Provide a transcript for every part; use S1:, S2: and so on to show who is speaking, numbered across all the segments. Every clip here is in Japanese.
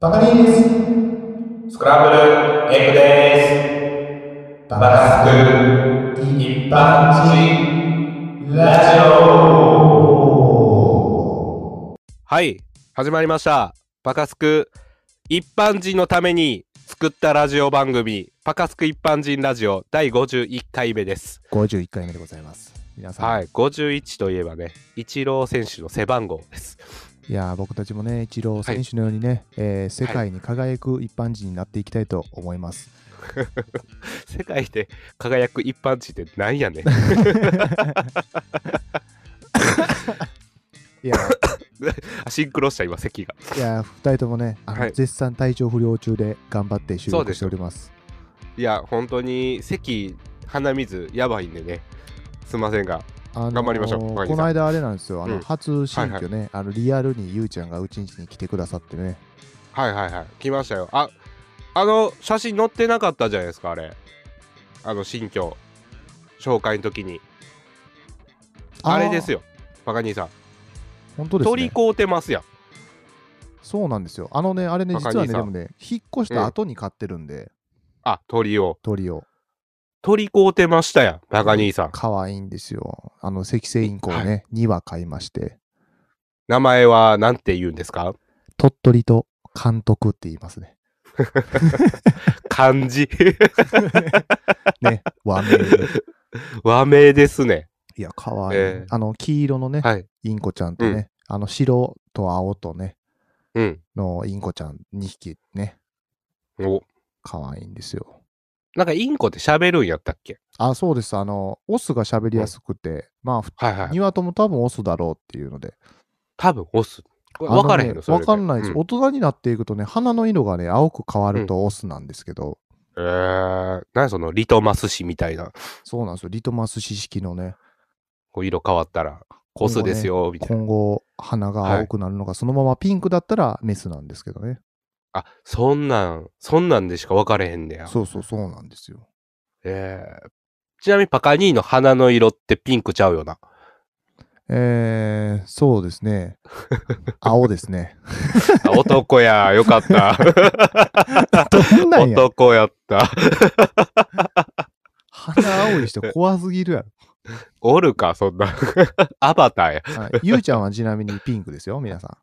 S1: バカリンです。
S2: スクランブルエッグでーす。バカスク一般人ラジオ。
S3: はい、始まりました。バカスク、一般人のために作ったラジオ番組、バカスク一般人ラジオ第51回目です。
S1: 51回目でございます。皆さん、
S3: はい、51といえばね、イチロー選手の背番号です。
S1: い、やー僕たちもね、イチロー選手のようにね、えー世界に輝く一般人になっていきたいと思います。
S3: 世界で輝く一般人ってなんやねん。
S1: い、や
S3: あシンクロした今、席が。
S1: いやー、2人ともね、あの
S3: はい
S1: 絶賛体調不良中で頑張って収
S3: そう
S1: 録
S3: です
S1: しております。
S3: いや、本当に席、鼻水やばいんでね。すいませんが、
S1: あのー
S3: 頑張りましょうバカリンさ
S1: こ
S3: ん
S1: の間あれなんですよ、あの
S3: うん
S1: 初新居ね、あのリアルにゆうちゃんがうちんちに来てくださってね、
S3: はいはいはい来ましたよああの写真載ってなかったじゃないですかあれあの新居紹介の時にあれです
S1: よ、
S3: よバカ兄さん、
S1: 本当です
S3: 取り
S1: ね、
S3: 買うてますやん
S1: そうなんですよ、あのね、あれね、
S3: バカ
S1: 実は
S3: リン
S1: ね、
S3: さ
S1: で
S3: ん
S1: もね、引っ越した後に買ってるんで、
S3: あ鳥を
S1: 鳥を。
S3: 取り買うてましたやんバカ兄さん
S1: 可愛いんですよ。あの、赤星インコをね、
S3: は
S1: 2羽買いまして、
S3: 名前は何て言うんですか
S1: 鳥取と監督って言います ね。
S3: 漢字
S1: ね、和名で。
S3: 和名ですね
S1: いや、可愛い、
S3: ええ
S1: あの、黄色のね、
S3: はい
S1: インコちゃんとね、
S3: う
S1: あの、白と青とね、
S3: うん
S1: のインコちゃん2匹ね、
S3: お
S1: 可愛いんですよ。
S3: なんかインコって喋るんやったっけ
S1: あ、そうです。あの、オスが喋りやすくて、まあ、
S3: はいはい
S1: 2羽とも多分オスだろうっていうので。
S3: 多分オス
S1: あのね
S3: 分からへんのそれ
S1: わかんないです、
S3: うん
S1: 大人になっていくとね、鼻の色がね、青く変わるとオスなんですけど、
S3: えー、何そのリトマス紙みたいな
S1: そうなんですよ。リトマス紙式のね、
S3: こう色変わったらコスですよみたいな、
S1: 今後鼻が青くなるのがそのままピンクだったらメスなんですけどね、
S3: あそんなんそんなんでしか分かれへんねや
S1: そうそうそうなんですよ
S3: えーちなみにパカニーの花の色ってピンクちゃうよな
S1: えー、そうです ね青ですね
S3: あ男 やよかった
S1: どんなんや
S3: 男やった
S1: 鼻青い人怖すぎるやろ
S3: おるかそんな アバターや
S1: はいゆうちゃんはちなみにピンクですよ皆さ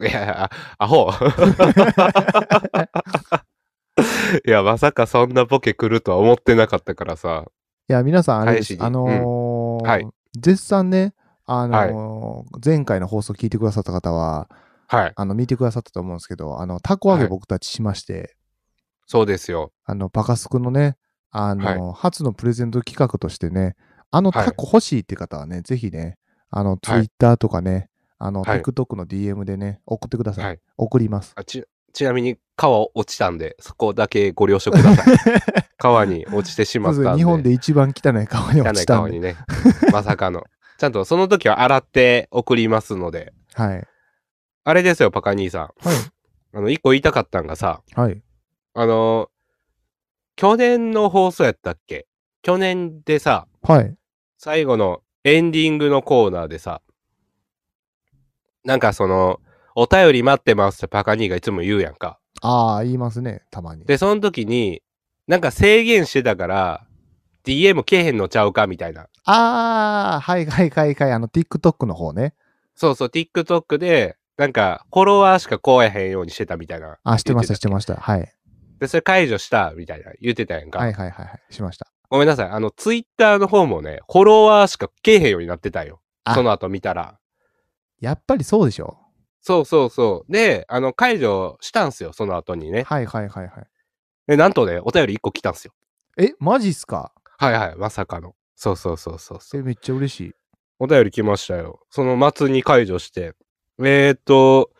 S3: いやアホ いやまさかそんなボケ来るとは思ってなかったからさ
S1: んいや皆さんあれです
S3: 返しに
S1: あのー
S3: うんはい
S1: 絶賛ねあのー前回の放送聞いてくださった方は
S3: はい
S1: あの見てくださったと思うんですけどあのたこ揚げ
S3: はい
S1: 僕たちしまして、
S3: そうですよ
S1: あの、バカスクのね、あの、初のプレゼント企画としてね、あの
S3: はい
S1: タコ欲しいって方はね、ぜひね、あの、ツイ
S3: はい
S1: ッターとかね、あの、
S3: はい
S1: TikTok の DM でね、送ってください。
S3: はい
S1: 送ります。
S3: あちちなみに川落ちたんでそこだけご了承くだ さい川に落ちてしま
S1: ま
S3: った
S1: ず
S3: んで
S1: 日本で一番汚い川に
S3: 汚
S1: 落
S3: い
S1: ちた
S3: 顔
S1: んで。
S3: にねまさかのちゃんとその時は洗って送りますので
S1: はい。はい。
S3: あれですよパカ兄さんあの一個言いたかったんがさ
S1: はい。
S3: あの去年の放送やったっけ去年でさ
S1: はい。
S3: 最後のエンディングのコーナーでさなんかそのお便り待ってますってパカ兄がいつも言うやんか
S1: ああ、言いますね、たまに。
S3: でその時になんか制限してたから DM けえへんのちゃうかみたいな
S1: ああ、はいはいはいはい。あの、TikTok の方ね。
S3: そうそう、TikTok で、なんか、フォロワーしか来えへんようにしてたみたいな。
S1: あ、してました、
S3: 言
S1: し
S3: って
S1: てました。はい。
S3: で、それ解除した、みたいな、言ってたやんか。
S1: はいはいはいはい。しました。
S3: ごめんなさい。あの、Twitter の方もね、フォロワーしか来えへんようになってたんよ
S1: あ。
S3: その後見たら。
S1: やっぱりそうでしょ。
S3: そうそうそう。で、あの、解除したんすよ、その後にね。
S1: はいはいはいはい。
S3: で、なんとね、お便り1個来たんすよ。
S1: え、マジっすか
S3: はいはい、まさかの。そうそうそうそうそう。
S1: え、めっちゃ嬉しい。
S3: お便り来ましたよ。その末に解除して。えー、っと、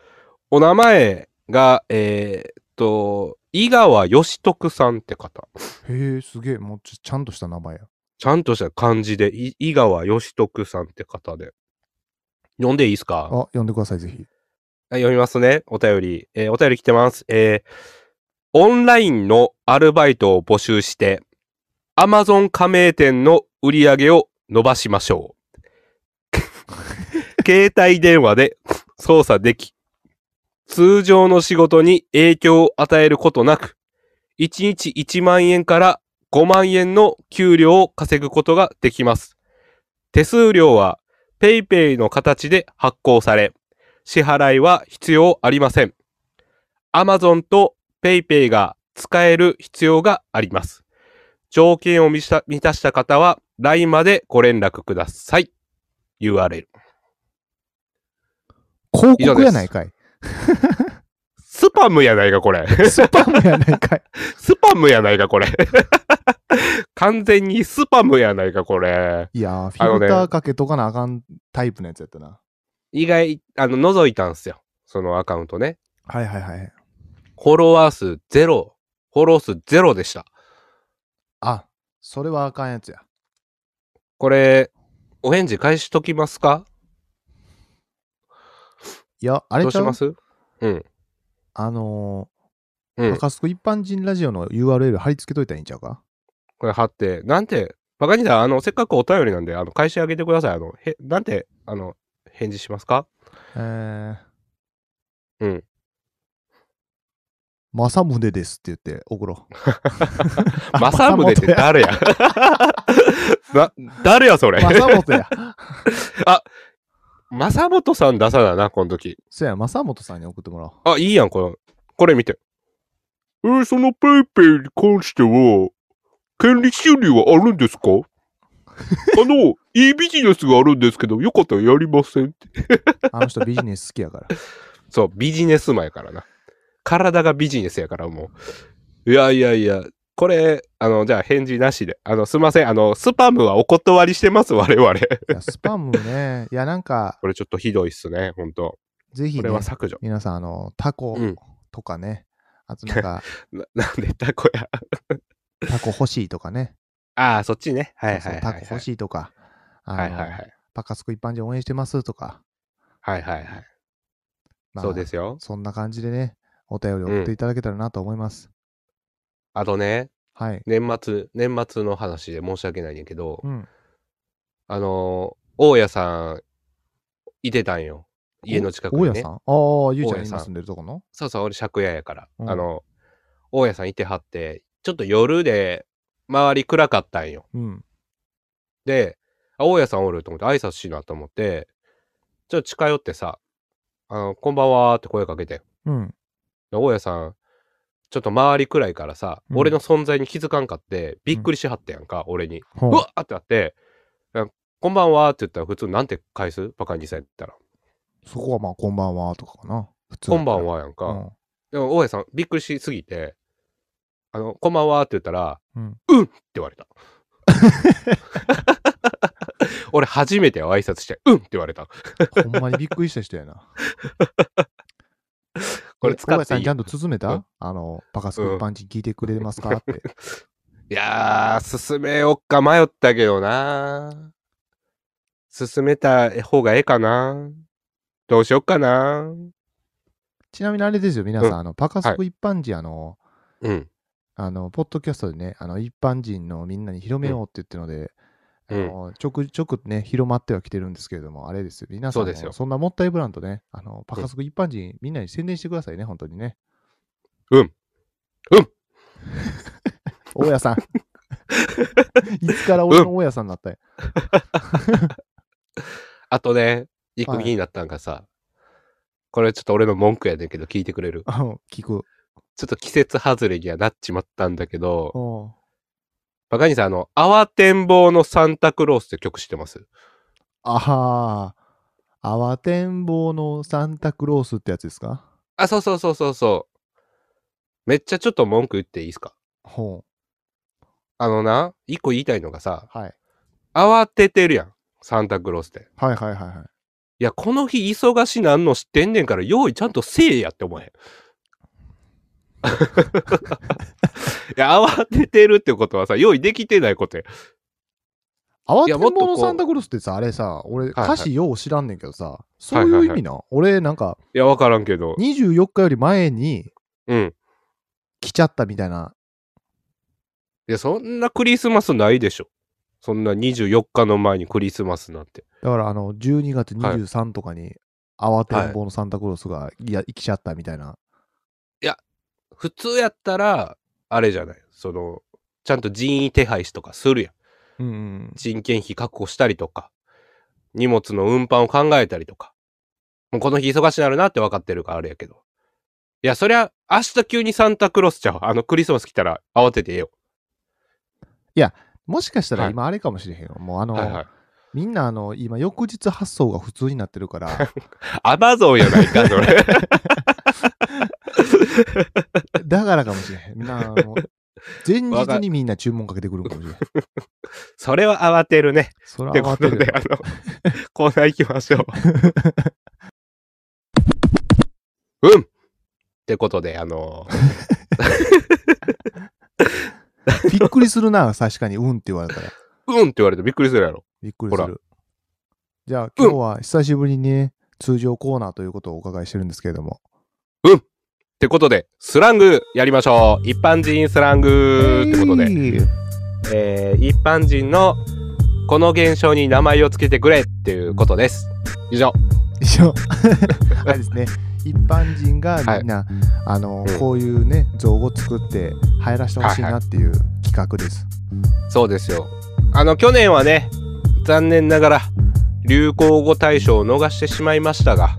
S3: お名前が、えー、っと、井川義徳さんって方。
S1: へえ、すげえ、もうちちゃんとした名前や。
S3: ちゃんとした漢字で、い井川義徳さんって方で。読んでいいですか
S1: あ、呼んでください、ぜひ。
S3: はい読みますね。お便り。えーお便り来てます。えーオンラインのアルバイトを募集して、Amazon 加盟店の売り上げを伸ばしましょう。携帯電話で操作でき、通常の仕事に影響を与えることなく、1日1万円から5万円の給料を稼ぐことができます。手数料は PayPay の形で発行され、支払いは必要ありません。Amazon と PayPay が使える必要があります。条件を満た満たした方は LINE までご連絡ください。URL。
S1: 広告やないかい。
S3: スパムやないか、こ れ。
S1: スパムやない かい。
S3: スパムやないか、こ れ。完全にスパムやないか、これ。
S1: いやー、フ
S3: あの
S1: ィ
S3: ね
S1: ルターかけとかなあかんタイプのやつやったな。
S3: 意外、あの、覗いたんすよ。そのアカウントね。
S1: はいはいはい。
S3: フォロワー数ゼロ。フォロー数ゼロでした。
S1: あ、それはあかんやつや。
S3: これ、お返事返しときますか
S1: いや、あ
S3: ど
S1: れ
S3: う
S1: ち
S3: し
S1: ゃう
S3: ます
S1: あの
S3: う
S1: ー、
S3: ん
S1: バ。カスク一般人ラジオの URL 貼り付けといたらいいんちゃうか
S3: これ貼って、なんて、バカにだ、あの、せっかくお便りなんで、あの、返し上げてください。あの、へ、なんて、あの、返事しますか
S1: えー。
S3: うん。
S1: 正宗ですって言って送 ろう。 あ
S3: マサムネって誰やな、誰やそれ。
S1: 正本や。
S3: マサモトさん出さなな、この時。
S1: そうや、正本さんに送ってもらおう。
S3: あ、いいやん、この、これ見て。えーそのペイペイに関しては、権利収入はあるん ですかあの、いいビジネスがあるんですけど、よかったらやりませんって。
S1: あの人ビジネス好きや から。
S3: そう、ビジネス前からな。体がビジネスやから、もう。いやいやいや、これ、あの、じゃあ返事なしで。あの、すいません、あの、スパムはお断りしてます、我々。
S1: いやスパムね。いや、なんか、
S3: これちょっとひどいっすね、ほんと。
S1: ぜひ、
S3: こ
S1: ね
S3: れ、は削除。
S1: 皆さん、あの、タコ
S3: うん
S1: とかね、あとなん か、
S3: ななんでタコや。
S1: タコ欲しいとかね、
S3: ああ、そっちね。はい
S1: そ
S3: は
S1: うそう
S3: いはい、
S1: タ
S3: は
S1: コ
S3: い。
S1: 欲しいとか、あの
S3: はいはいはい。
S1: パカスク一般人応援してますとか、
S3: はいはいはい。
S1: まあ
S3: そうですよ。
S1: そんな感じでね、お便り送っていただけたらなと思います。
S3: あとね、
S1: はい。
S3: 年末、年末の話で申し訳ないんやけど、
S1: うん。
S3: あのー、大家さん、いてたんよ。家の近く
S1: お
S3: に
S1: 大家
S3: ね
S1: さ。んああ、ゆうちゃ
S3: 大家
S1: ん
S3: さん
S1: 今住んでるとこの
S3: そうそう、俺、借家やから。
S1: うん
S3: あの、大家さんいてはって、ちょっと夜で、周り暗かったんよ。
S1: うん。
S3: で、あ大家さんおると思って、挨拶しなと思って、ちょっと近寄ってさ、あの、こんばんはーって声かけて。
S1: うん。
S3: で大家さんちょっと周りくらいからさ、
S1: うん
S3: 俺の存在に気づかんかってびっくりしはったやんか、俺に、
S1: ほ
S3: う
S1: う
S3: わっってなっていや「こんばんは」って言ったら普通なんて返すバカにされたら「
S1: そこはまあ、こんばんはとかかな。普通
S3: こ
S1: だ
S3: ん
S1: った
S3: ば
S1: ら
S3: んは」やんか、でも大家さんびっくりしすぎて「あのこんばんは」って言ったら「
S1: うん
S3: うん」って言わ れた俺初めて挨拶して「うん」って言われた
S1: うん。ほんまにびっくりした人やな。
S3: これ
S1: え
S3: 使
S1: 大
S3: っ
S1: 家さ
S3: て
S1: ん
S3: いい
S1: ちゃんと包めた、
S3: うん
S1: あの、パカスク一般人聞いてくれますか って。
S3: いやー、進めよっか迷ったけどな。進めた方がええかな。どうしよっかな。
S1: ちなみにあれですよ、皆さん、
S3: うん
S1: あのパカスク一般人、あの、
S3: うん。
S1: あの、ポッドキャストでね、あの、一般人のみんなに広めようって言ってるので、
S3: うん
S1: あのちょくちょくね、広まってはきてるんですけれども、あれですよ、皆さん
S3: そう
S1: も
S3: ですよ
S1: そんなもったいぶらんとね、あの、パカスク一般人、みんなに宣伝してくださいね、本当にね。
S3: うん。うん。
S1: 大家 さん。いつから俺の大家さんになったんや、
S3: あとね、一個
S1: はい
S3: 気になったんがさ、これちょっと俺の文句やねんけど聞いてくれる。
S1: あの聞く。
S3: ちょっと季節外れにはなっちまったんだけど、
S1: おう
S3: バカにさん、あの、慌てんぼうのサンタクロースって曲知ってます
S1: あはー。慌てんぼうのサンタクロースってやつですか
S3: あ、そうそうそうそうそう。めっちゃちょっと文句言っていいですか
S1: ほ
S3: あのな、一個言いたいのがさ、
S1: う。はい。
S3: 慌ててるやん。サンタクロースって。
S1: はいはいはいはい。
S3: いや、この日忙しなんの知ってんねんから、用意ちゃんとせえやって思えへん。いや、慌ててるってことはさ、用意できてないことや。
S1: 慌
S3: い
S1: て
S3: や
S1: ん
S3: もっ
S1: ぼ
S3: とこう
S1: うのサンタクロースってさ、あれさ、俺、
S3: はい
S1: 歌詞よう知らんねんけどさ、そういう意味な。俺、なんか、
S3: いや、わからんけど。
S1: 24日より前に
S3: うん。
S1: 来ちゃったみたいな。
S3: いや、そんなクリスマスないでしょ。そんな24日の前にクリスマスなんて。
S1: だから、あの、12月23とかに、慌てんぼうのサンタクロースが、い、や生きちゃったみたいな。
S3: 普通やったら、あれじゃない。その、ちゃんと人員手配しとかするや
S1: う
S3: ん。
S1: んうん。
S3: 人件費確保したりとか、荷物の運搬を考えたりとか。もうこの日忙しなるなって分かってるからあれやけど。いや、そりゃ、明日急にサンタクロースちゃう。あの、クリスマス来たら慌ててええよ。
S1: もしかしたら
S3: はい
S1: 今あれかもしれへんよ。もうあの、
S3: はいはい。
S1: みんなあの、今翌日発送が普通になってるから、
S3: アマゾンやないか、そ れ。
S1: だからかもしれへん。なあ の前日にみんな注文かけてくるんかもしれへん。
S3: それは慌てるね。
S1: それ
S3: って
S1: は
S3: こ
S1: 慌て
S3: と
S1: るよ
S3: で、あ の、コーナー行きましょ う。うんってことで、あの、
S1: びっくりするな、確かに、うんって言われたら。
S3: うんって言われてびっくりするやろ。
S1: びっくりす
S3: ほ
S1: る。じゃあ、今日は久しぶりにね、通常コーナーということをお伺いしてるんですけれども。
S3: ってことで、スラングやりましょう。一般人スラングってこと
S1: え
S3: で、
S1: ー
S3: えー一般人のこの現象に名前をつけてくれっていうことです。以上。
S1: 一応 あれですね一般人がみんな、あの
S3: うん
S1: こういうね造語作って流行らせてほしいなっていう企画です、
S3: そうですよ。あの、去年はね、残念ながら、流行語大賞を逃してしまいましたが、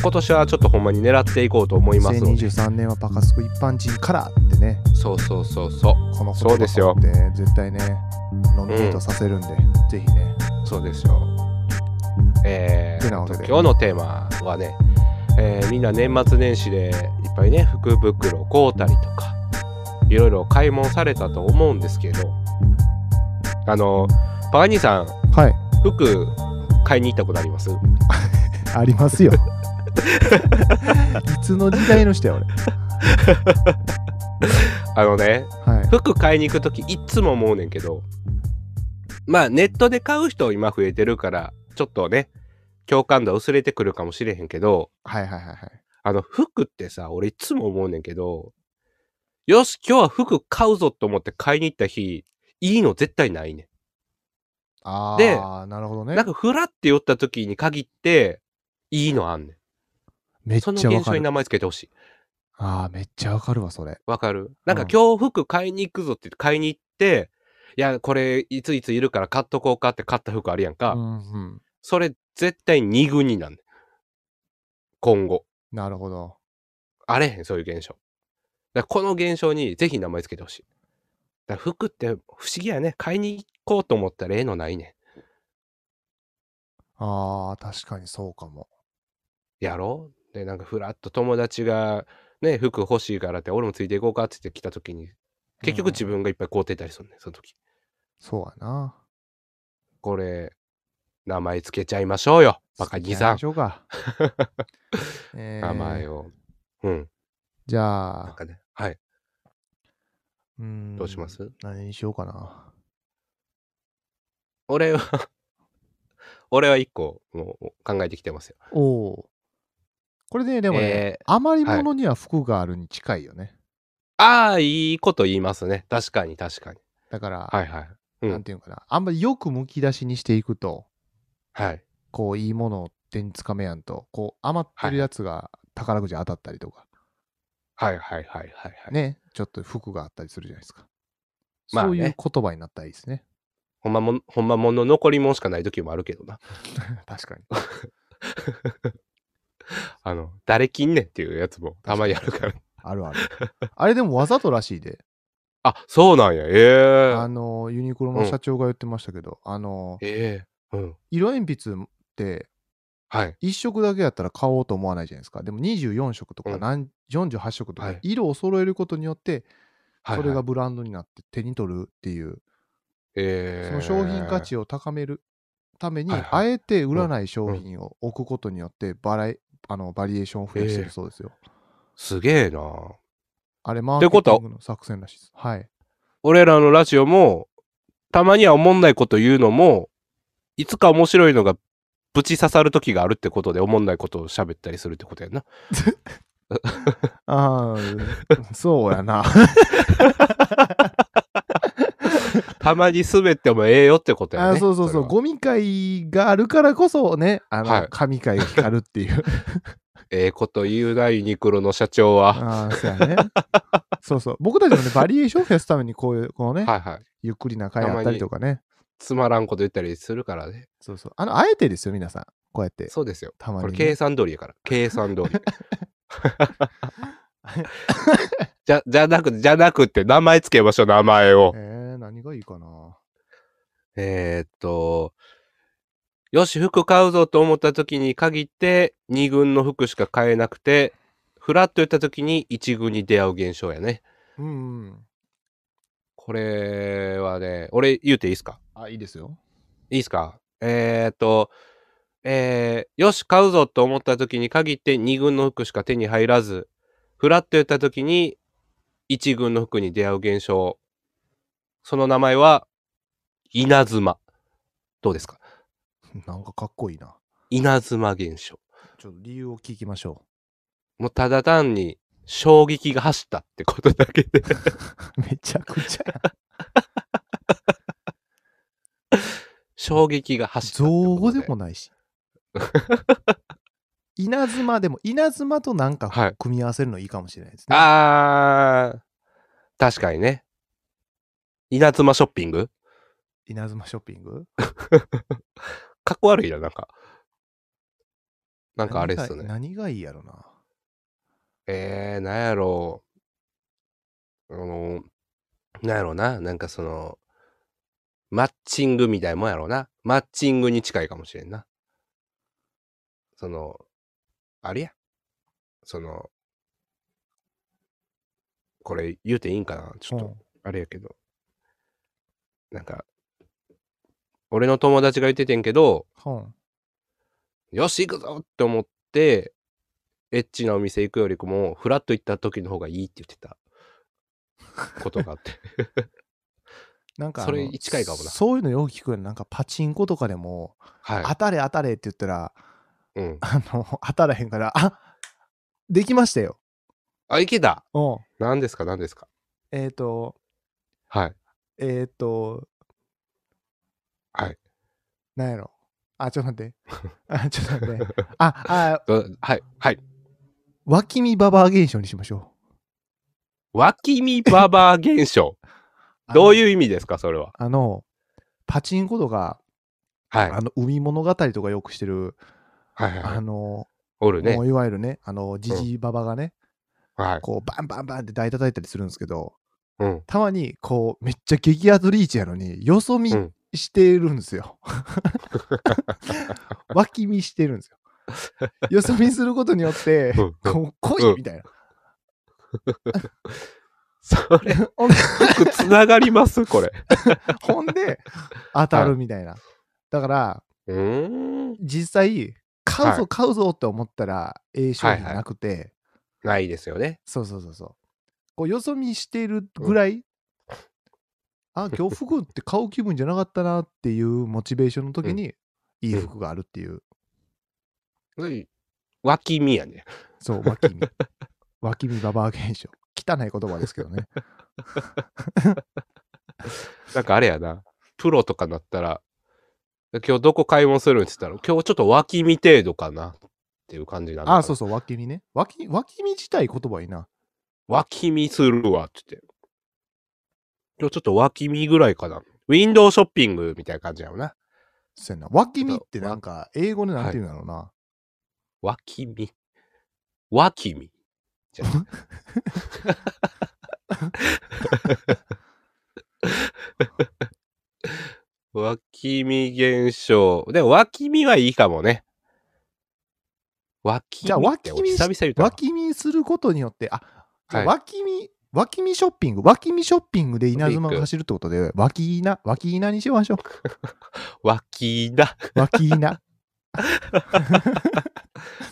S3: 今年はちょっとほんまに狙っていこうと思いますので。
S1: 2023年はパカスク一般人からってね
S3: そうそうそうそう。
S1: この言葉
S3: そうですよ
S1: ってね絶対ねノミネートさせるんで、ぜひね
S3: そうですよ。えー
S1: てなわけで
S3: 今日のテーマはね、えーみんな年末年始でいっぱいね福袋買うたりとかいろいろ買い物されたと思うんですけどあのバーニーさん
S1: はい
S3: 服買いに行ったことあります
S1: あります よいつの時代の人や俺
S3: あのね
S1: はい
S3: 服買いに行く時いっつも思うねんけどまあネットで買う人今増えてるからちょっとね共感度薄れてくるかもしれへんけど、
S1: はいはいはいはい
S3: あの、服ってさ、俺いつも思うねんけど、よし、今日は服買うぞと思って買いに行った日、いいの絶対ないね
S1: ああなるほど
S3: ん。
S1: ね
S3: なんか、ふらって寄った時に限って、いいのあんね
S1: めっ
S3: ん。その
S1: ちゃわ
S3: 現
S1: か
S3: 象に
S1: る
S3: 名前つけてほしい。
S1: ああめっちゃわかるわそれ
S3: わかるなん
S1: う
S3: か
S1: ん
S3: 今日服買いに行くぞって言って買いに行って、いや、これいついついるから買っとこうかって買った服あるやんか。
S1: うんうん
S3: それ絶対二軍になんねん。今後。
S1: なるほど
S3: あれへん、そういう現象。だからこの現象にぜひ名前つけてほしい。だから服って不思議やね。買いに行こうと思ったらええのないね
S1: ああ確かにそうかも
S3: ん。やろうで、なんかふらっと友達がね、服欲しいからって、俺もついていこうかって言って来た時に、結局
S1: うん
S3: 自分がいっぱい買うてたりするねん、その時。
S1: そうやな。
S3: これ、名前つけちゃいましょうよ。バカ
S1: 次行
S3: 兄
S1: きま
S3: さん
S1: し。ょう か。えー
S3: 名前を。うん。
S1: じゃ
S3: なん
S1: あ、
S3: かね。はい。
S1: うーん
S3: どうします
S1: 何にしようかな。
S3: 俺は、 俺は一個もう考えてきてますよ。
S1: おお。これね、でもね、
S3: え
S1: 余り物には服があるに近いよね。
S3: ああ、いいこと言いますね。確かに確かに。
S1: だから、
S3: はいはい。うん
S1: なんていうのかな。あんまりよくむき出しにしていくと、
S3: はい。
S1: こう、いいものを手につかめやんと、こう、余ってるやつが宝くじ当たったりとか、
S3: はいはいはいはいはい。
S1: ね、ちょっと服があったりするじゃないですか。
S3: まあね
S1: そういう言葉になったらいいですね。
S3: ほんまもん、ほんまもんの残りもんしかない時もあるけどな。
S1: 確かに。
S3: あの、誰切んねんっていうやつもたまにあるから。
S1: あるある。あれでもわざとらしいで。
S3: あ、そうなんや。ええ
S1: あのユニクロの社長が言ってましたけど、あの
S3: ええうん。
S1: 色鉛筆って
S3: はい。
S1: 1色だけやったら買おうと思わないじゃないですかでも24色と
S3: う
S1: か
S3: ん
S1: 何、48色と
S3: は
S1: か
S3: い
S1: 色を揃えることによって
S3: はい、
S1: それ
S3: は
S1: が
S3: い、
S1: ブランドになって手に取るっていう、
S3: ええ
S1: その商品価値を高めるために、
S3: はいはい
S1: あえて売らない商品を置くことによってバラエあのバリエーションを増やしてるそうですよ、
S3: すげえな。
S1: あれマー
S3: て
S1: ケ
S3: こと
S1: テ
S3: は
S1: ィングの作戦らしいですはい
S3: 俺らのラジオも、たまには思んないこと言うのも、いつか面白いのがぶち刺さる時があるってことで、思んないことを喋ったりするってことやな。
S1: ああそうやな
S3: たまに滑ってもええよってことや
S1: あ
S3: ね。
S1: そうそうそう、
S3: れは
S1: ゴミ会があるからこそね、あの、
S3: はい
S1: 神会が光るって いう。
S3: ええこと言うな、ユニクロの社長は。
S1: ああ、そうやね。そうそう。僕たちも ね、バリエーションを増やすために、こういう、このね、
S3: はいはい。
S1: ゆっくりな会あったりとかね。
S3: つまらんこと言ったりするからね。
S1: そうそう。あの、あえてですよ、皆さん。こうやって、
S3: そうですよ。
S1: たま
S3: これ
S1: に、
S3: 計
S1: ね。
S3: 算通りやから。計算通り。 じゃ、じゃなく、じゃなくって名前つけましょう、名前を。
S1: えー、何がいいかな。
S3: えーっと、よし、服買うぞと思った時に限って、2軍の服しか買えなくて、ふらっと言った時に1軍に出会う現象やね。
S1: うん、うん。
S3: これはね、俺言うていいですか
S1: あ、いいですよ。
S3: いいですかえーっと、えーよし、買うぞと思った時に限って2軍の服しか手に入らず、ふらっと言った時に1軍の服に出会う現象。その名前は、稲妻。どうですか
S1: なんかかっこいいな。
S3: 稲妻現象。
S1: ちょっと理由を聞きましょ
S3: もうただ単に衝撃が走ったってことだけ で。
S1: う。めちゃくちゃ。
S3: 衝撃が走ったってこと
S1: 造語でもないし。稲妻でも稲妻となんか
S3: はい
S1: 組み合わせるのいいかもしれないですね。
S3: あー、確かにね。稲妻ショッピング
S1: 稲妻ショッピング
S3: かっこ悪いな、なんか。なんかあれっす
S1: 何
S3: ね
S1: が。何がいいやろな。
S3: えー、なんやろう。あの、なんやろうな。なんかその、マッチングみたいなもんやろうな。マッチングに近いかもしれんな。その、あれや。その、これ言うていいんかなちょっ
S1: う
S3: と
S1: ん、
S3: あれやけど。なんか、俺の友達が言っててんけど、
S1: 本。
S3: よし、行くぞって思って、エッチなお店行くよりも、フラッと行った時の方がいいって言ってたことがあ って。
S1: なんかあの
S3: それ近いかもな
S1: そういうのよく聞くよねなんかパチンコとかでも、
S3: は
S1: 当たれ当たれって言ったら、
S3: い。うん。
S1: あの、当たらへんから、あできましたよ。
S3: あ、いけた
S1: うん。
S3: 何ですか何ですか
S1: えっ、と、
S3: はい。
S1: えっ、と、
S3: はい。
S1: なんやろ。あ、ちょっと 待って。あ、ちょっと待って。あ、あ、
S3: どはい。はい。
S1: 脇見ババア現象にしましょ
S3: 脇見ババア現象。
S1: う。
S3: どういうう意味ですかそれは。
S1: あの、パチンコとか、
S3: はい。
S1: あの、海物語とかよくしてる、
S3: はいは
S1: あ
S3: い。
S1: の、
S3: おるね
S1: もう。いわゆるね、あの、じじいばばがね、
S3: はい。
S1: こう、バンバンバンって台叩いたりするんですけど、
S3: うん。
S1: たまに、こう、めっちゃ激アツリーチやのに、よそ見
S3: うん
S1: してるんです よ。脇見してるんですよ。よそ見することによって、
S3: うんうん
S1: こう、来いみたいな。
S3: それ、
S1: ほんで、
S3: つながりますこれ。
S1: ほんで当たるみたいな。だから、
S3: うーん。
S1: 実際、買う
S3: は
S1: ぞ買うぞって思ったら、ええ商品
S3: はいはい
S1: なくて、
S3: ないですよね。
S1: そうそうそうそう。こうよそ見してるぐらい、あ、今日服って買う気分じゃなかったなっていうモチベーションの時に、いい服があるっていう、
S3: うん脇見やね。
S1: そう、脇見。 脇見ババア現象。汚い言葉です けどね。
S3: なんかあれやな、プロとかなったら、今日どこ買い物するんって言ったら、今日ちょっと脇見程度かなっていう感じなのかな。
S1: あ、そうそう、脇見ね。脇脇見自体言葉いいな。
S3: 脇見するわって言って。今日ちょっと脇見ぐらいかな。ウィンドウショッピングみたいな感じやろな。
S1: そうやな。脇見ってなんか、英語でなんて言うんだろうな。
S3: 脇見。脇見。じゃあ脇見現象。でも脇見はいいかもね。脇見
S1: じゃあ
S3: って
S1: 脇
S3: 俺
S1: 見
S3: 久々言ったな
S1: 脇見することによって、あ、じゃあ
S3: はい
S1: 脇見、脇見ショッピング、脇見ショッピングで稲妻が走るってことで、脇稲、脇稲にしましょう。
S3: 脇だ。
S1: 脇稲。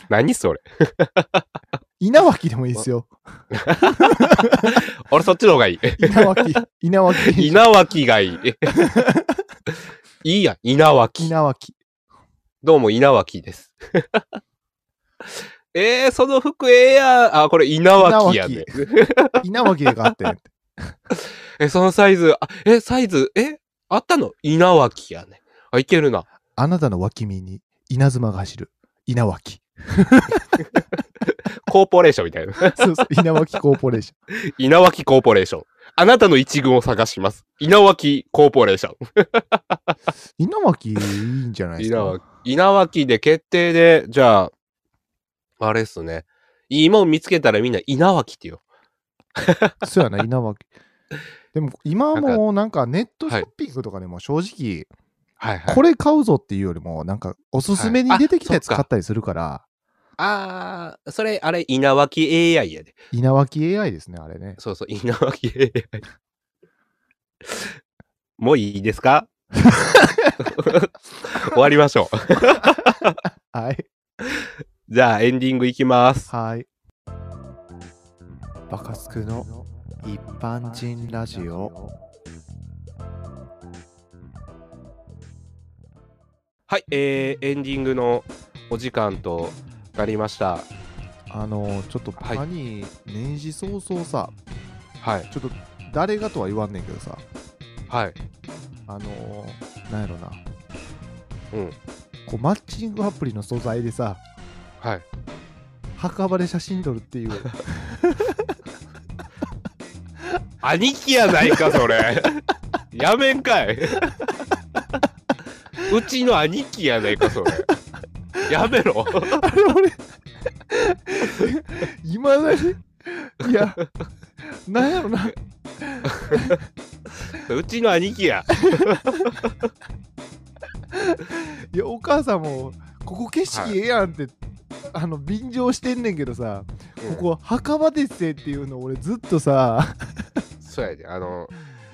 S3: 何それ。
S1: 稲脇でもいいです よ。
S3: 俺そっちの方がい い。
S1: 稲脇、稲脇、
S3: 稲脇がい い。いいや、稲脇。
S1: 稲脇。
S3: どうも稲脇です。 えー、その服ええやん。あ、これ稲脇やね。
S1: 稲脇があって。
S3: え、そのサイズ、あえ、サイズ、え、あったの稲脇やね。あ、いけるな。
S1: あなたの脇見に稲妻が走る。稲脇。
S3: コーポレーションみたいな。
S1: そうそう稲脇コーポレーション。
S3: 稲脇コーポレーション。あなたの一軍を探します。稲脇コーポレーション。
S1: 稲脇いいんじゃないです
S3: 稲
S1: か
S3: 脇。稲脇で決定で、じゃあ、あれっすね。いいもん見つけたらみんな稲脇ってよ。
S1: そうやな、稲脇。でも今はもうなんかネットシ
S3: はい
S1: ョッピングとかでも正直、
S3: はいは
S1: これ買うぞっていうよりも、なんかおすすめに出てきたやつ
S3: はいあそ
S1: 買
S3: っか
S1: ったりするから、
S3: あー、それ、あれ、稲脇 AI やで。
S1: 稲脇 AI ですね、あれね。
S3: そうそう、稲脇 AI。もういいですか終わりましょう。
S1: はい。
S3: じゃあ、エンディングいきます。
S1: はい。バカスクの一般人ラジオ。
S3: はい、えー、エンディングのお時間となりました。
S1: あの、ちょっと
S3: はい
S1: パニー、年始早々さ、
S3: はい、
S1: ちょっと誰がとは言わんねんけどさ、
S3: はい。
S1: あのー、なんやろな。
S3: うん
S1: こうマッチングアプリの素材でさ、
S3: はい。
S1: 墓場で写真撮るっていう。
S3: 兄貴やないか、それ。やめんかい。うちの兄貴やないか、それ。やめろ。
S1: いまだに、 いや、なんやろな。
S3: うちの兄貴や。
S1: いや、お母さんも、ここ景色ええやんって、あの、便乗してんねんけどさ、ここ墓場ですせっていうの俺ずっとさ、
S3: そうやで、あの、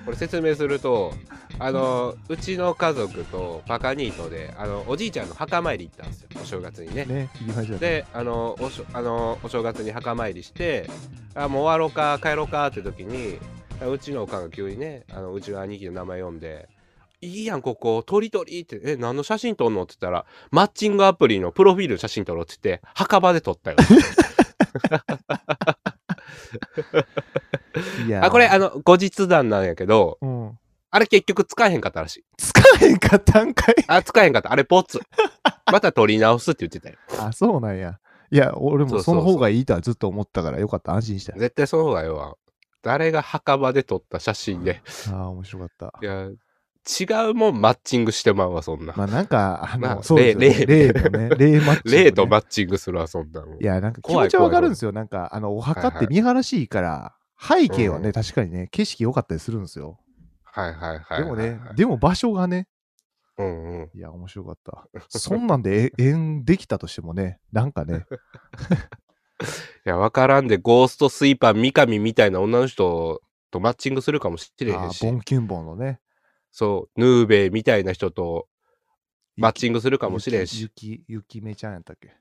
S3: これ説明すると、あの、うちの家族とパカニートで、あの、おじいちゃんの墓参り行ったんですよ、お正月にね。
S1: ね、言いましたね。
S3: で、あの、おしょ、あの、お正月に墓参りして、あ、もう終わろうか、帰ろうかって時に、うちのおかんが急にね、あの、うちの兄貴の名前読んで、いいやん、ここ、鳥鳥って、え、何の写真撮んのって言ったら、マッチングアプリのプロフィールの写真撮ろうって言って、墓場で撮 ったよ。
S1: いや
S3: あ、これ、あの、後日談なんやけど、
S1: うん。
S3: あれ結局使えへんかったらしい。
S1: 使えんかったんかい。
S3: あ、使えへんかった。あれ、ポツ。 また取り直すって言ってたよ。
S1: あ、そうなんや。いや、俺
S3: そう
S1: も
S3: そうそ
S1: そ
S3: う
S1: の方がいいとはずっと思ったから、よかった、安心した。
S3: 絶対その方がええわ。誰が墓場で撮った写真で。
S1: ああ、面白かった
S3: い。や、違うもんマッチングしてまうわ、そんな。
S1: まあ、なんか、あ
S3: まあ
S1: の、そうですよね。
S3: 例
S1: 例のね、例マッチングね
S3: 例とマッチングするわ、そんなもん。
S1: いや、なんか気
S3: 怖い
S1: 持ちはわかる
S3: 怖い
S1: んですよ。なんか、あの、お墓
S3: は
S1: っ
S3: い
S1: て
S3: は
S1: 見晴らしいから、背景はね、
S3: うん
S1: 確かにね、景色良かったりするんですよ。
S3: はいはいはい。
S1: でもね、でも場所がね、
S3: うんうん。
S1: いや、面白かった。そんなん でえ縁できたとしてもね、なんかね、
S3: いや、わからんで、ゴーストスイーパー三上みたいな女の人とマッチングするかもしれへ
S1: あ
S3: ん
S1: ーボ
S3: し
S1: ン、キュンボンのね、
S3: そう、ヌーベイみたいな人とマッチングする
S1: か
S3: かもしれへんし、
S1: 雪、雪めちゃんやったっけ。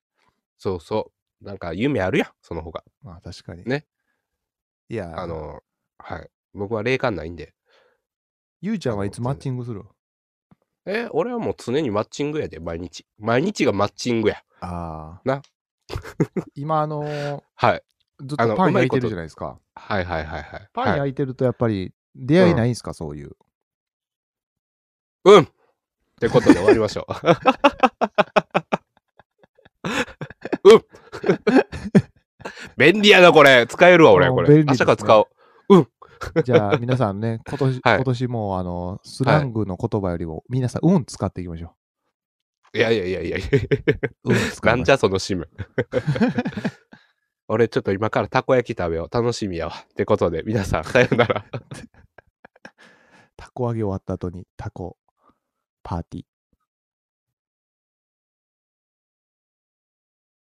S3: そうそう。なんか夢あるやん、その方が。
S1: まあ、確かに。
S3: ね。
S1: いや、
S3: あ、の、はい。僕は霊感ないんで。
S1: ゆうちゃんはいつマッチングする
S3: え、俺はもう常にマッチングやで、毎日。毎日がマッチングや。
S1: ああ。
S3: な
S1: 今、あのー
S3: はい。
S1: ずっ
S3: あの
S1: とパ
S3: う
S1: ン
S3: ま
S1: 焼
S3: い
S1: い
S3: こ
S1: て
S3: と
S1: るじゃないですか。
S3: はいはいはいはい。
S1: パン
S3: はい、
S1: 焼いてると、やっぱり、出会いないんすか、そういう。
S3: うんってことで終わりましょ う。うん便利やな、これ。使えるわ、俺、
S1: うん
S3: こ
S1: 便
S3: れ。
S1: 利
S3: 明
S1: で
S3: 日
S1: すね
S3: から使おう。
S1: じゃあ皆さんね、今年、
S3: はい
S1: 今年もあの、スラングの言葉よりも、皆さん、うん使っていきましょ
S3: いやいやいやいやいや。
S1: う。うん使
S3: ないん
S1: ま
S3: じ
S1: しょ
S3: ゃ、そのシム。俺、ちょっと今からたこ焼き食べよう。楽しみやわ。ってことで、皆さん、さようなら。
S1: う。たこ揚げ終わった後に、たこパーティー。